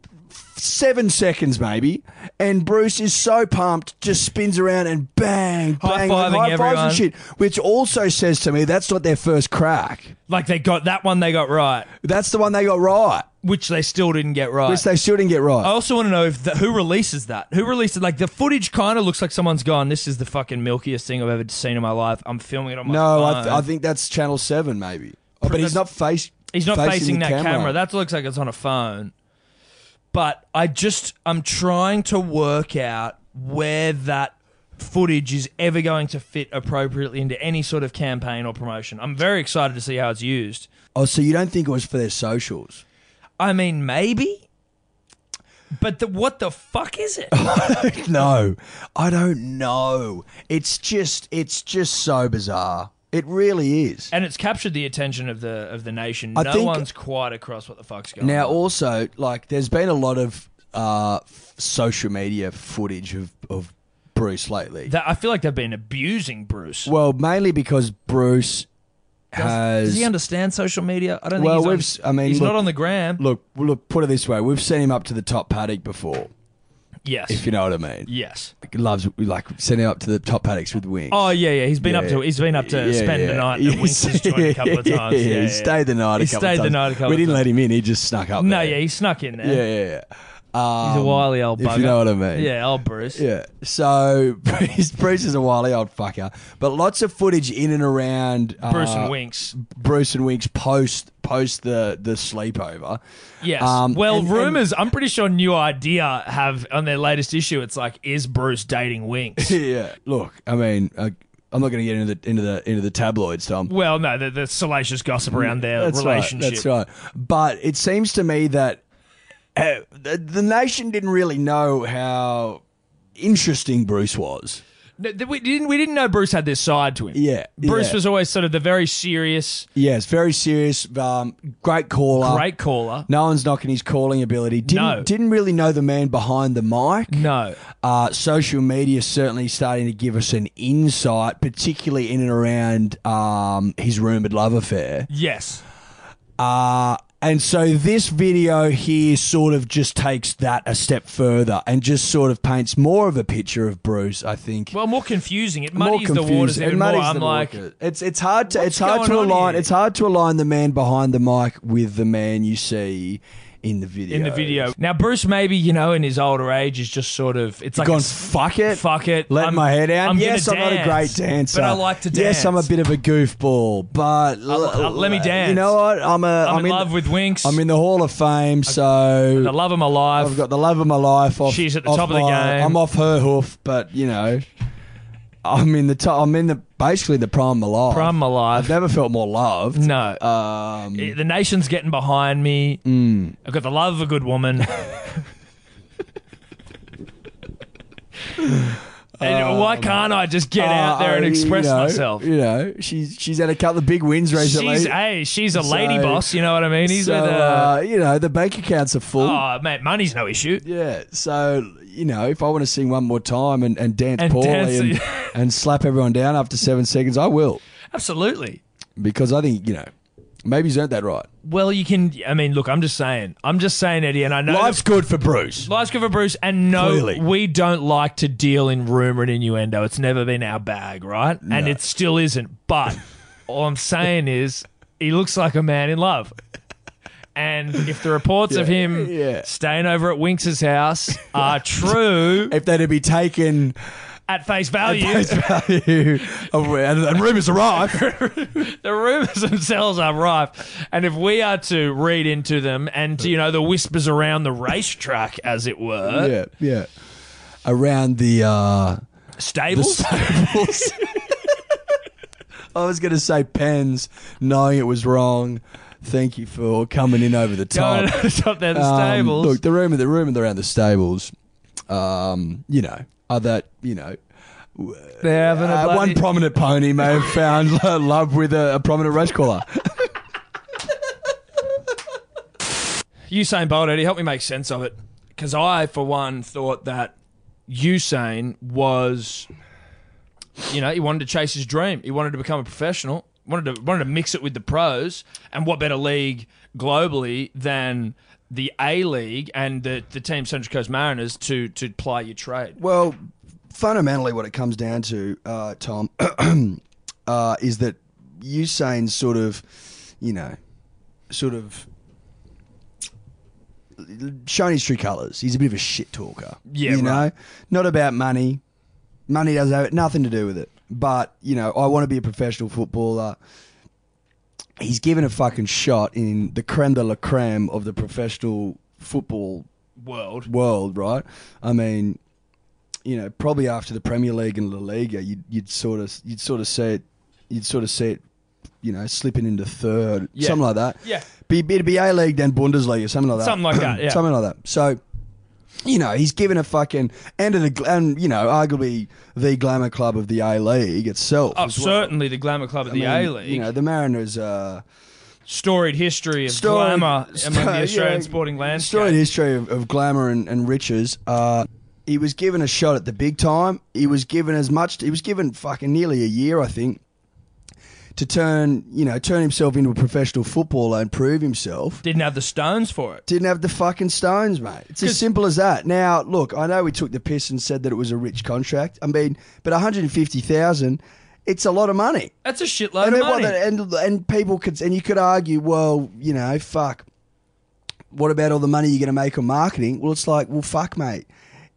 Speaker 3: seven seconds maybe, and Bruce is so pumped, just spins around and bang, bang,
Speaker 2: High-fiving
Speaker 3: high fives
Speaker 2: everyone.
Speaker 3: and shit. Which also says to me that's not their first crack.
Speaker 2: Like, they got that one, they got right,
Speaker 3: That's the one they got right,
Speaker 2: which they still didn't get right.
Speaker 3: which they still didn't get
Speaker 2: I
Speaker 3: right.
Speaker 2: also want to know if the, who releases that. Who released it? Like the footage kind of looks like someone's gone. This is the fucking milkiest thing I've ever seen in my life. I'm filming it on my
Speaker 3: No,
Speaker 2: phone.
Speaker 3: I, th- I think that's Channel Seven maybe, Oh, but he's not face.
Speaker 2: oh, he's not facing
Speaker 3: the
Speaker 2: that camera. That looks like it's on a phone. But I just I'm trying to work out where that footage is ever going to fit appropriately into any sort of campaign or promotion. I'm very excited to see how it's used.
Speaker 3: oh, so you don't think it was for their socials? (laughs)
Speaker 2: I mean, maybe. But the, what the fuck is it?
Speaker 3: no, I don't know. It's just, it's just so bizarre. It really is.
Speaker 2: and it's captured the attention of the of the nation.
Speaker 3: I
Speaker 2: no
Speaker 3: think-
Speaker 2: one's quite across what the fuck's going
Speaker 3: Now,
Speaker 2: on.
Speaker 3: also, like, there's been a lot of uh, f- social media footage of, of Bruce lately.
Speaker 2: That, I feel like they've been abusing Bruce.
Speaker 3: well, mainly because Bruce
Speaker 2: does,
Speaker 3: has.
Speaker 2: does he understand social media? I don't
Speaker 3: Well,
Speaker 2: think
Speaker 3: we've
Speaker 2: he's
Speaker 3: s-
Speaker 2: on,
Speaker 3: I mean,
Speaker 2: he's
Speaker 3: look-
Speaker 2: not on the gram.
Speaker 3: look, look, put it this way: we've seen him up to the top paddock before,
Speaker 2: yes.
Speaker 3: if you know what I mean.
Speaker 2: yes.
Speaker 3: He Loves like sent him up to the top paddocks with wings.
Speaker 2: Oh yeah, yeah. He's been up to
Speaker 3: Yeah.
Speaker 2: he's been up to
Speaker 3: Yeah,
Speaker 2: spend the
Speaker 3: yeah. (laughs)
Speaker 2: night at Winkler's joint a couple of times. Yeah,
Speaker 3: he
Speaker 2: yeah.
Speaker 3: stayed the night.
Speaker 2: He
Speaker 3: a couple
Speaker 2: stayed
Speaker 3: of
Speaker 2: the
Speaker 3: times.
Speaker 2: night a couple
Speaker 3: We
Speaker 2: of
Speaker 3: didn't
Speaker 2: times.
Speaker 3: let him in. He just snuck up.
Speaker 2: No,
Speaker 3: there.
Speaker 2: yeah, he snuck in there.
Speaker 3: yeah, yeah, yeah.
Speaker 2: He's a
Speaker 3: Um,
Speaker 2: wily old bugger.
Speaker 3: If you know what I mean.
Speaker 2: Yeah, old Bruce.
Speaker 3: Yeah. So (laughs) Bruce, Bruce is a wily old fucker, but lots of footage in and around uh,
Speaker 2: Bruce and Winks.
Speaker 3: Bruce and Winks post post the the sleepover.
Speaker 2: Yes.
Speaker 3: Um,
Speaker 2: well,
Speaker 3: and- and-
Speaker 2: rumors. I'm pretty sure New Idea have on their latest issue. It's like, is Bruce dating Winks?
Speaker 3: (laughs) yeah. Look, I mean, I, I'm not going to get into the into the into the tabloids, Tom.
Speaker 2: Well, no, the, the salacious gossip around their
Speaker 3: Mm, That's
Speaker 2: relationship.
Speaker 3: Right, that's right. But it seems to me that uh, the, the nation didn't really know how interesting Bruce was.
Speaker 2: No, th- we didn't. We didn't know Bruce had this side to him.
Speaker 3: Yeah,
Speaker 2: Bruce
Speaker 3: yeah.
Speaker 2: was always sort of the very serious,
Speaker 3: Yeah, it's very serious. Um, great caller.
Speaker 2: great caller.
Speaker 3: No one's knocking his calling ability. Didn't
Speaker 2: No.
Speaker 3: didn't really know the man behind the mic.
Speaker 2: No,
Speaker 3: Uh, social media certainly starting to give us an insight, particularly in and around um, his rumored love affair.
Speaker 2: yes,
Speaker 3: Uh, And so this video here sort of just takes that a step further and just sort of paints more of a picture of Bruce, I think.
Speaker 2: Well, more confusing. It
Speaker 3: more
Speaker 2: muddies the waters
Speaker 3: confused. It
Speaker 2: even more.
Speaker 3: muddies
Speaker 2: I'm
Speaker 3: the
Speaker 2: like,
Speaker 3: water. it's it's hard to it's hard
Speaker 2: going
Speaker 3: to
Speaker 2: on
Speaker 3: align
Speaker 2: here?
Speaker 3: it's hard to align the man behind the mic with the man you see in the video.
Speaker 2: in the video. Now, Bruce, maybe, you know, in his older age, is just sort of, it's like,
Speaker 3: gone,
Speaker 2: a s-
Speaker 3: fuck it.
Speaker 2: fuck it.
Speaker 3: Let
Speaker 2: I'm-
Speaker 3: my hair down.
Speaker 2: I'm gonna
Speaker 3: yes, I'm not a great
Speaker 2: dance,
Speaker 3: dancer.
Speaker 2: But I like to dance.
Speaker 3: Yes, I'm a bit of a goofball, but
Speaker 2: I- uh, let me dance.
Speaker 3: You know what? I'm a
Speaker 2: I'm, in
Speaker 3: in
Speaker 2: love with Winks.
Speaker 3: I'm in the Hall of Fame, so
Speaker 2: I love him alive.
Speaker 3: I've got the love of my life. Off,
Speaker 2: She's at the
Speaker 3: off
Speaker 2: top of the
Speaker 3: my-
Speaker 2: game.
Speaker 3: I'm off her hoof, but you know, I'm in the top. I'm in the basically the prime of my life.
Speaker 2: Prime of my life.
Speaker 3: I've never felt more loved.
Speaker 2: no. Uh,
Speaker 3: Um,
Speaker 2: the nation's getting behind me.
Speaker 3: Mm.
Speaker 2: I've got the love of a good woman.
Speaker 3: (laughs)
Speaker 2: (laughs) and why can't I just get out there and
Speaker 3: uh,
Speaker 2: express
Speaker 3: you Oh, know,
Speaker 2: myself?
Speaker 3: You know, she's she's had a couple of big wins recently.
Speaker 2: She's hey, she's a lady
Speaker 3: So-
Speaker 2: boss. You know what I mean? He's
Speaker 3: so,
Speaker 2: with
Speaker 3: uh,
Speaker 2: a.
Speaker 3: you know, the bank accounts are full.
Speaker 2: oh mate, money's no issue.
Speaker 3: Yeah, so you know, if I want to sing one more time and, and dance
Speaker 2: And
Speaker 3: poorly
Speaker 2: dance-
Speaker 3: and,
Speaker 2: (laughs)
Speaker 3: and slap everyone down after seven seconds, I will
Speaker 2: Absolutely.
Speaker 3: because I think you know maybe he's earned that right.
Speaker 2: Well, you can. I mean, look, I'm just saying. I'm just saying, Eddie, and I know
Speaker 3: Life's good for Bruce.
Speaker 2: Life's good for Bruce, and no,
Speaker 3: Clearly.
Speaker 2: we don't like to deal in rumor and innuendo. It's never been our bag, right? And it still isn't.
Speaker 3: (laughs)
Speaker 2: But all I'm saying is, he looks like a man in love. And if the reports of him
Speaker 3: yeah.
Speaker 2: staying over at Winx's house
Speaker 3: (laughs)
Speaker 2: are true
Speaker 3: If they'd be taken
Speaker 2: at face value,
Speaker 3: face (laughs) value, of- and, and rumours
Speaker 2: (laughs)
Speaker 3: arrive,
Speaker 2: the rumors themselves are rife. And if we are to read into them and, to, you know, the whispers around the racetrack, as it were,
Speaker 3: yeah, yeah, around the uh, the
Speaker 2: stables,
Speaker 3: (laughs) stables. I was going to say pens, knowing it was wrong. Thank you for coming in over the
Speaker 2: (laughs)
Speaker 3: top.
Speaker 2: going (laughs) up there, the
Speaker 3: Um,
Speaker 2: stables.
Speaker 3: Look, the rumor, the rumor around the stables, um, you know, are that you know
Speaker 2: They're having
Speaker 3: uh, one prominent pony may have found (laughs) lo- love with a, a prominent race caller.
Speaker 2: Usain Bolt, Eddie, help me make sense of it. Because I, for one, thought that Usain was, you know, he wanted to chase his dream. He wanted to become a professional. wanted to wanted to mix it with the pros. And what better league globally than the A League and the the team Central Coast Mariners to to ply your trade?
Speaker 3: Well, fundamentally, what it comes down to, uh, Tom, (clears throat) uh, is that Usain's sort of, you know, sort of shown his true colours. He's a bit of a shit talker.
Speaker 2: Yeah,
Speaker 3: you
Speaker 2: right.
Speaker 3: know, not about money. Money doesn't have nothing to do with it. But you know, I want to be a professional footballer. He's given a fucking shot in the creme de la creme of the professional football
Speaker 2: World.
Speaker 3: world, right? I mean, you know, probably after the Premier League and La Liga, you'd, you'd sort of you'd sort of see it, you'd sort of see it, you know, slipping into third,
Speaker 2: Yeah.
Speaker 3: something like that.
Speaker 2: Yeah.
Speaker 3: be it'd be A League then Bundesliga, something like that.
Speaker 2: Something like
Speaker 3: (clears throat)
Speaker 2: that, yeah.
Speaker 3: something like that. So. You know he's given a fucking and of the gl- and you know arguably the glamour club of the A League itself.
Speaker 2: Oh,
Speaker 3: as well.
Speaker 2: certainly the glamour club of the
Speaker 3: I mean,
Speaker 2: A League.
Speaker 3: You know the Mariners. Uh,
Speaker 2: storied history of
Speaker 3: Storied- (laughs)
Speaker 2: glamour among the
Speaker 3: yeah,
Speaker 2: Australian sporting landscape.
Speaker 3: Storied history of, of glamour and, and riches. Uh, he was given a shot at the big time. He was given as much. He was given fucking nearly a year, I think, to turn you know turn himself into a professional footballer and prove himself.
Speaker 2: Didn't have the stones for it.
Speaker 3: Didn't have the fucking stones, mate. It's as simple as that. Now, look, I know we took the piss and said that it was a rich contract. I mean, but one hundred and fifty thousand, it's a lot of money
Speaker 2: That's a shitload
Speaker 3: and
Speaker 2: of
Speaker 3: then what
Speaker 2: money.
Speaker 3: the- and and people could and you could argue, well, you know, fuck. What about all the money you're going to make on marketing? Well, it's like, well, fuck, mate.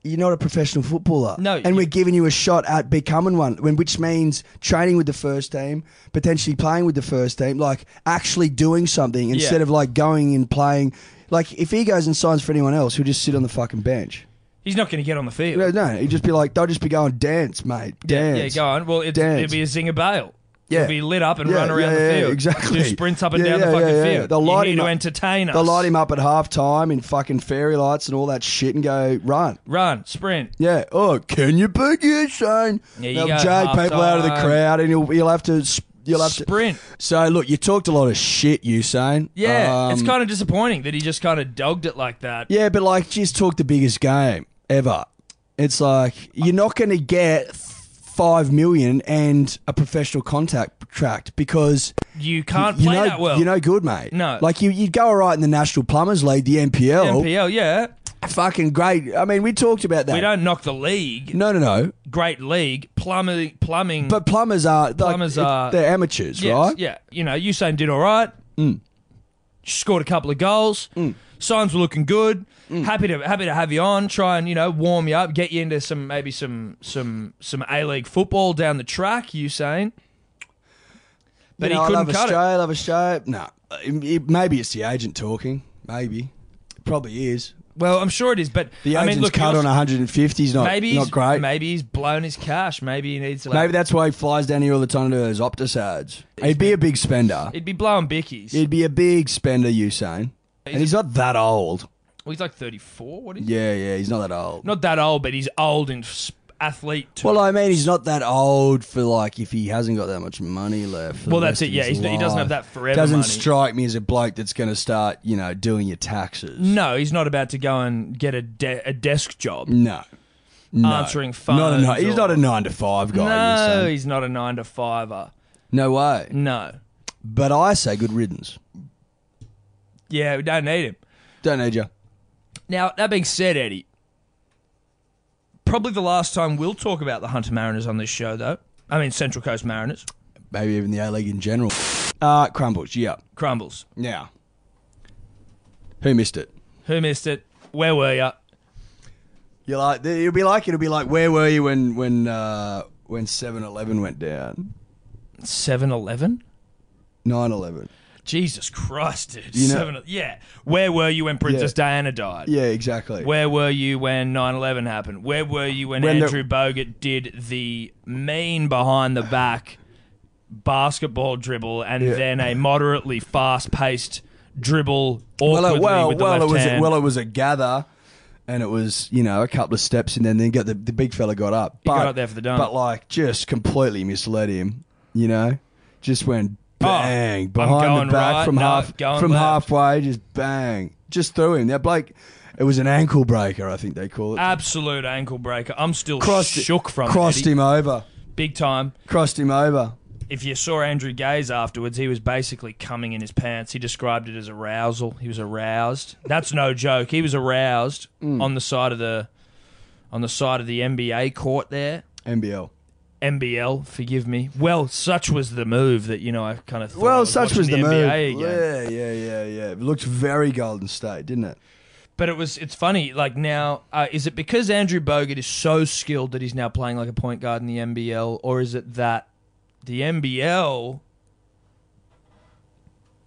Speaker 3: You're not a professional footballer.
Speaker 2: No,
Speaker 3: And
Speaker 2: you-
Speaker 3: we're giving you a shot at becoming one, when, which means training with the first team, potentially playing with the first team, like actually doing something instead of like going and playing. Like, if he goes and signs for anyone else, he'll just sit on the fucking bench.
Speaker 2: He's not going to get on the field.
Speaker 3: No, no, he'd just be like, they'll just be going, dance, mate, dance.
Speaker 2: Yeah, go on. Well, it,
Speaker 3: Dance.
Speaker 2: it'd be a zinger bail.
Speaker 3: Yeah.
Speaker 2: It'd be lit up and
Speaker 3: Yeah,
Speaker 2: run around
Speaker 3: yeah,
Speaker 2: the
Speaker 3: yeah,
Speaker 2: field.
Speaker 3: exactly.
Speaker 2: Do sprints up and
Speaker 3: Yeah,
Speaker 2: down the
Speaker 3: yeah,
Speaker 2: fucking
Speaker 3: yeah, yeah.
Speaker 2: field.
Speaker 3: They'll
Speaker 2: you
Speaker 3: light
Speaker 2: need
Speaker 3: him
Speaker 2: to
Speaker 3: up-
Speaker 2: entertain us.
Speaker 3: They'll light him up at half time in fucking fairy lights and all that shit and go, run.
Speaker 2: Run, sprint.
Speaker 3: Yeah. Oh, can you pick it, Shane?
Speaker 2: Yeah, you
Speaker 3: They'll
Speaker 2: go
Speaker 3: drag
Speaker 2: half
Speaker 3: people out of the
Speaker 2: time.
Speaker 3: crowd and you'll, you'll have to. s- You'll have to.
Speaker 2: Sprint.
Speaker 3: So, look, you talked a lot of shit, Usain.
Speaker 2: Yeah, it's
Speaker 3: Um,
Speaker 2: kind of disappointing that he just kind of dogged it like that.
Speaker 3: Yeah, but like, just talk the biggest game ever. It's like, you're not going to get. Five million and a professional contact tracked because
Speaker 2: You can't
Speaker 3: you
Speaker 2: play
Speaker 3: know
Speaker 2: that well.
Speaker 3: you know good, mate.
Speaker 2: No.
Speaker 3: like you you'd go all right in the National Plumbers League, the NPL.
Speaker 2: NPL, yeah.
Speaker 3: Fucking great. I mean, we talked about that.
Speaker 2: We don't Mm. knock the league.
Speaker 3: no, no, no.
Speaker 2: Great league. Plumbing, plumbing.
Speaker 3: But plumbers are like,
Speaker 2: Plumbers
Speaker 3: it-
Speaker 2: are-
Speaker 3: they're amateurs,
Speaker 2: yes,
Speaker 3: right? Mm.
Speaker 2: Yeah. You know, Usain did all right. Scored a couple of goals. Signs were looking good.
Speaker 3: Mm.
Speaker 2: Happy to happy to have you on. Try and you know warm you up. Get you into some maybe some some some A League football down the track. Usain. But
Speaker 3: You know,
Speaker 2: he
Speaker 3: I
Speaker 2: couldn't
Speaker 3: love
Speaker 2: cut it.
Speaker 3: Australia, love Australia. No, it, it- maybe it's the agent talking. Maybe, it probably is.
Speaker 2: Well, I'm sure it is. But
Speaker 3: The
Speaker 2: I
Speaker 3: agent's
Speaker 2: mean, look,
Speaker 3: cut
Speaker 2: he
Speaker 3: on
Speaker 2: also-
Speaker 3: 150. He's not
Speaker 2: maybe he's,
Speaker 3: not great. Maybe,
Speaker 2: Maybe he's blown his cash. Maybe he needs. Like,
Speaker 3: that's why he flies down here all the time to those Optus ads. He'd be a big spender.
Speaker 2: he'd be blowing bickies.
Speaker 3: He'd be a big spender, Usain. And he's not that old.
Speaker 2: Well, he's like 34. What is? he?
Speaker 3: Yeah, yeah, he's not that old.
Speaker 2: Not that old, but he's old and s- athlete. Too.
Speaker 3: well, I mean, he's not that old for like if he hasn't got that much money left. for
Speaker 2: Well,
Speaker 3: the
Speaker 2: that's
Speaker 3: rest
Speaker 2: it,
Speaker 3: of
Speaker 2: yeah,
Speaker 3: his
Speaker 2: he's not- he doesn't have
Speaker 3: life.
Speaker 2: that forever
Speaker 3: Doesn't
Speaker 2: money.
Speaker 3: strike me as a bloke that's going to start, you know, doing your taxes.
Speaker 2: no, he's not about to go and get a, de- a desk job
Speaker 3: No. No.
Speaker 2: answering phones.
Speaker 3: Not a, ni- he's
Speaker 2: or-
Speaker 3: not a nine to five guy.
Speaker 2: No,
Speaker 3: Usain.
Speaker 2: he's not a nine to fiver.
Speaker 3: no way.
Speaker 2: No.
Speaker 3: But I say good riddance.
Speaker 2: Yeah, we don't need him.
Speaker 3: Don't need you.
Speaker 2: Now, that being said, Eddie, probably the last time we'll talk about the Hunter Mariners on this show, though. I mean, Central Coast Mariners.
Speaker 3: Maybe even the A League in general. Uh, crumbles. Yeah.
Speaker 2: Crumbles.
Speaker 3: Now, who missed it?
Speaker 2: Who missed it? Where were you?
Speaker 3: You're like, you'll be like, it'll be like, where were you when when uh, when Seven Eleven went down?
Speaker 2: 7 Eleven?
Speaker 3: 9-11.
Speaker 2: Jesus Christ, dude.
Speaker 3: You know-
Speaker 2: Seven, yeah. Where were you when Princess Diana died?
Speaker 3: Yeah, exactly.
Speaker 2: Where were you when 9 11 happened? Where were you when,
Speaker 3: When the-
Speaker 2: Andrew Bogut did the mean behind the back basketball dribble and then a moderately fast paced dribble
Speaker 3: well,
Speaker 2: awkwardly
Speaker 3: it, well, uh,
Speaker 2: with the
Speaker 3: well,
Speaker 2: left
Speaker 3: it was
Speaker 2: hand?
Speaker 3: well, it was a gather, and it was you know a couple of steps, and then then got the, the big fella got up. But,
Speaker 2: got up there for the dunk.
Speaker 3: but like just completely misled him. You know, just went bang
Speaker 2: Oh, going
Speaker 3: behind the back
Speaker 2: right,
Speaker 3: from
Speaker 2: no,
Speaker 3: half
Speaker 2: going
Speaker 3: from
Speaker 2: left.
Speaker 3: halfway, just bang, just threw him. That bloke, it was an ankle breaker, I think they call it.
Speaker 2: Absolute ankle breaker. I'm still
Speaker 3: crossed
Speaker 2: Ah, shook from
Speaker 3: crossed
Speaker 2: it.
Speaker 3: him over,
Speaker 2: Big time.
Speaker 3: crossed him over.
Speaker 2: If you saw Andrew Gaze afterwards, he was basically coming in his pants. He described it as arousal. He was aroused. That's no joke. He was aroused
Speaker 3: Mm.
Speaker 2: on the side of the on the side of the NBA court there.
Speaker 3: NBL.
Speaker 2: MBL, forgive me. Well, such was the move that you know I kind of thought I
Speaker 3: Well,
Speaker 2: was
Speaker 3: such
Speaker 2: watching
Speaker 3: was the, move.
Speaker 2: NBA again.
Speaker 3: Yeah, yeah, yeah, yeah. It looked very Golden State, didn't it?
Speaker 2: But it was it's funny. Like now, uh, is it because Andrew Bogut is so skilled that he's now playing like a point guard in the NBL, or is it that the NBL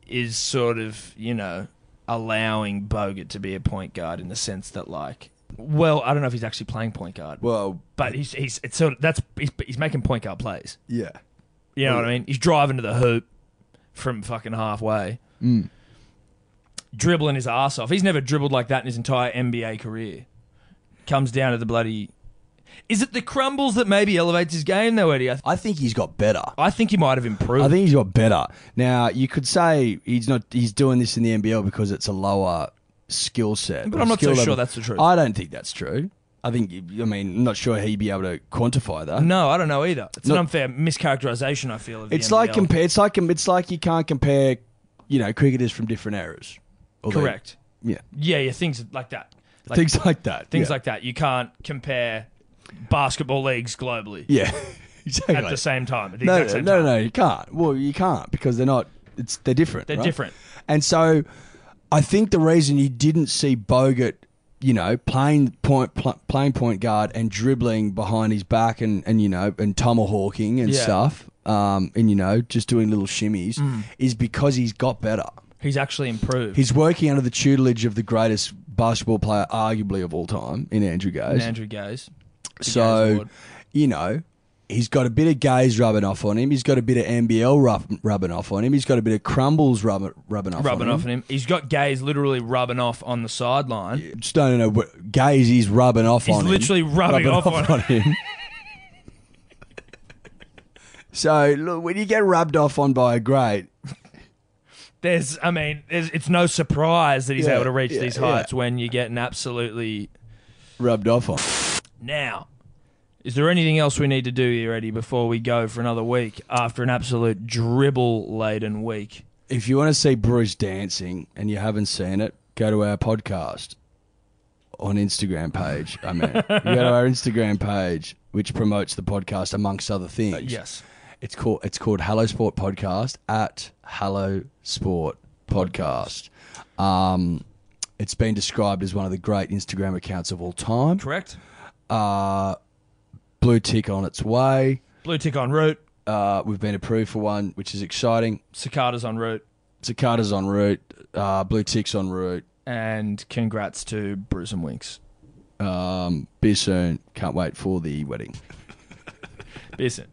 Speaker 2: is sort of you know allowing Bogut to be a point guard in the sense that like, well, I don't know if he's actually playing point guard,
Speaker 3: Well,
Speaker 2: but he's he's it's sort of that's he's, he's making point guard plays.
Speaker 3: yeah.
Speaker 2: You know what I mean? He's driving to the hoop from fucking halfway,
Speaker 3: Mm.
Speaker 2: dribbling his ass off. He's never dribbled like that in his entire NBA career. Comes down to the bloody. Is it the crumbles that maybe elevates his game though, Eddie? I, th-
Speaker 3: I think he's got better.
Speaker 2: I think he might have improved.
Speaker 3: I think he's got better. Now you could say he's not. He's doing this in the NBL because it's a lower skill set.
Speaker 2: But
Speaker 3: or
Speaker 2: I'm not so
Speaker 3: skill
Speaker 2: sure
Speaker 3: level.
Speaker 2: that's the truth.
Speaker 3: I don't think that's true. I think. I mean, I'm not sure he'd be able to quantify that.
Speaker 2: no, I don't know either. It's an
Speaker 3: No.
Speaker 2: unfair mischaracterization. I feel. Of the
Speaker 3: it's like
Speaker 2: NBL.
Speaker 3: compare. It's like it's like you can't compare. You know, cricketers from different eras. Although-
Speaker 2: correct.
Speaker 3: Yeah,
Speaker 2: Yeah, yeah, things like that. Like, things
Speaker 3: things like that. yeah.
Speaker 2: like that. You can't compare basketball leagues globally
Speaker 3: Yeah, (laughs) exactly.
Speaker 2: at the same time. At the
Speaker 3: no,
Speaker 2: exact
Speaker 3: no,
Speaker 2: same
Speaker 3: no,
Speaker 2: time.
Speaker 3: no, you can't. Well, you can't because they're not. It's they're different.
Speaker 2: They're
Speaker 3: right?
Speaker 2: different.
Speaker 3: And so, I think the reason you didn't see Bogut, you know, playing point pl- playing point guard and dribbling behind his back and and you know and tomahawking and
Speaker 2: Yeah.
Speaker 3: stuff, um, and you know just doing little shimmies,
Speaker 2: Mm.
Speaker 3: is because he's got better.
Speaker 2: He's actually improved.
Speaker 3: He's working under the tutelage of the greatest basketball player, arguably of all time, in Andrew Gaze.
Speaker 2: and Andrew Gaze. The Gaze
Speaker 3: So,
Speaker 2: Award.
Speaker 3: you know, he's got a bit of gaze rubbing off on him. He's got a bit of MBL rub, rubbing off on him. He's got a bit of crumbles rubbing, rubbing off
Speaker 2: rubbing
Speaker 3: on
Speaker 2: off on
Speaker 3: him.
Speaker 2: him. He's got Gaze literally rubbing off on the sideline.
Speaker 3: Just don't know what gaze is rubbing off
Speaker 2: He's
Speaker 3: on him.
Speaker 2: literally rubbing off on- (laughs)
Speaker 3: him. (laughs) so, look, when you get rubbed off on by a great,
Speaker 2: There's, I mean, there's, it's no surprise that he's
Speaker 3: Yeah,
Speaker 2: able to reach
Speaker 3: yeah,
Speaker 2: these
Speaker 3: yeah.
Speaker 2: heights when you're getting absolutely
Speaker 3: rubbed off on.
Speaker 2: now. Is there anything else we need to do here, Eddie, before we go for another week after an absolute dribble laden week?
Speaker 3: If you want to see Bruce dancing and you haven't seen it, go to our podcast on Instagram page. I mean, go to our Instagram page, which promotes the podcast amongst other things.
Speaker 2: Yes.
Speaker 3: It's called it's called Hello Sport Podcast at Hello Sport Podcast. Um, it's been described as one of the great Instagram accounts of all time.
Speaker 2: Correct?
Speaker 3: Uh, blue tick on its way.
Speaker 2: Blue tick on route,
Speaker 3: Uh, we've been approved for one, which is exciting.
Speaker 2: cicadas on route,
Speaker 3: Cicadas en route, uh, blue ticks en route.
Speaker 2: and congrats to Bruce and Winks.
Speaker 3: Um, be soon. Can't wait for the wedding.
Speaker 2: Be soon.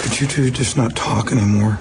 Speaker 6: Could you two just not talk anymore?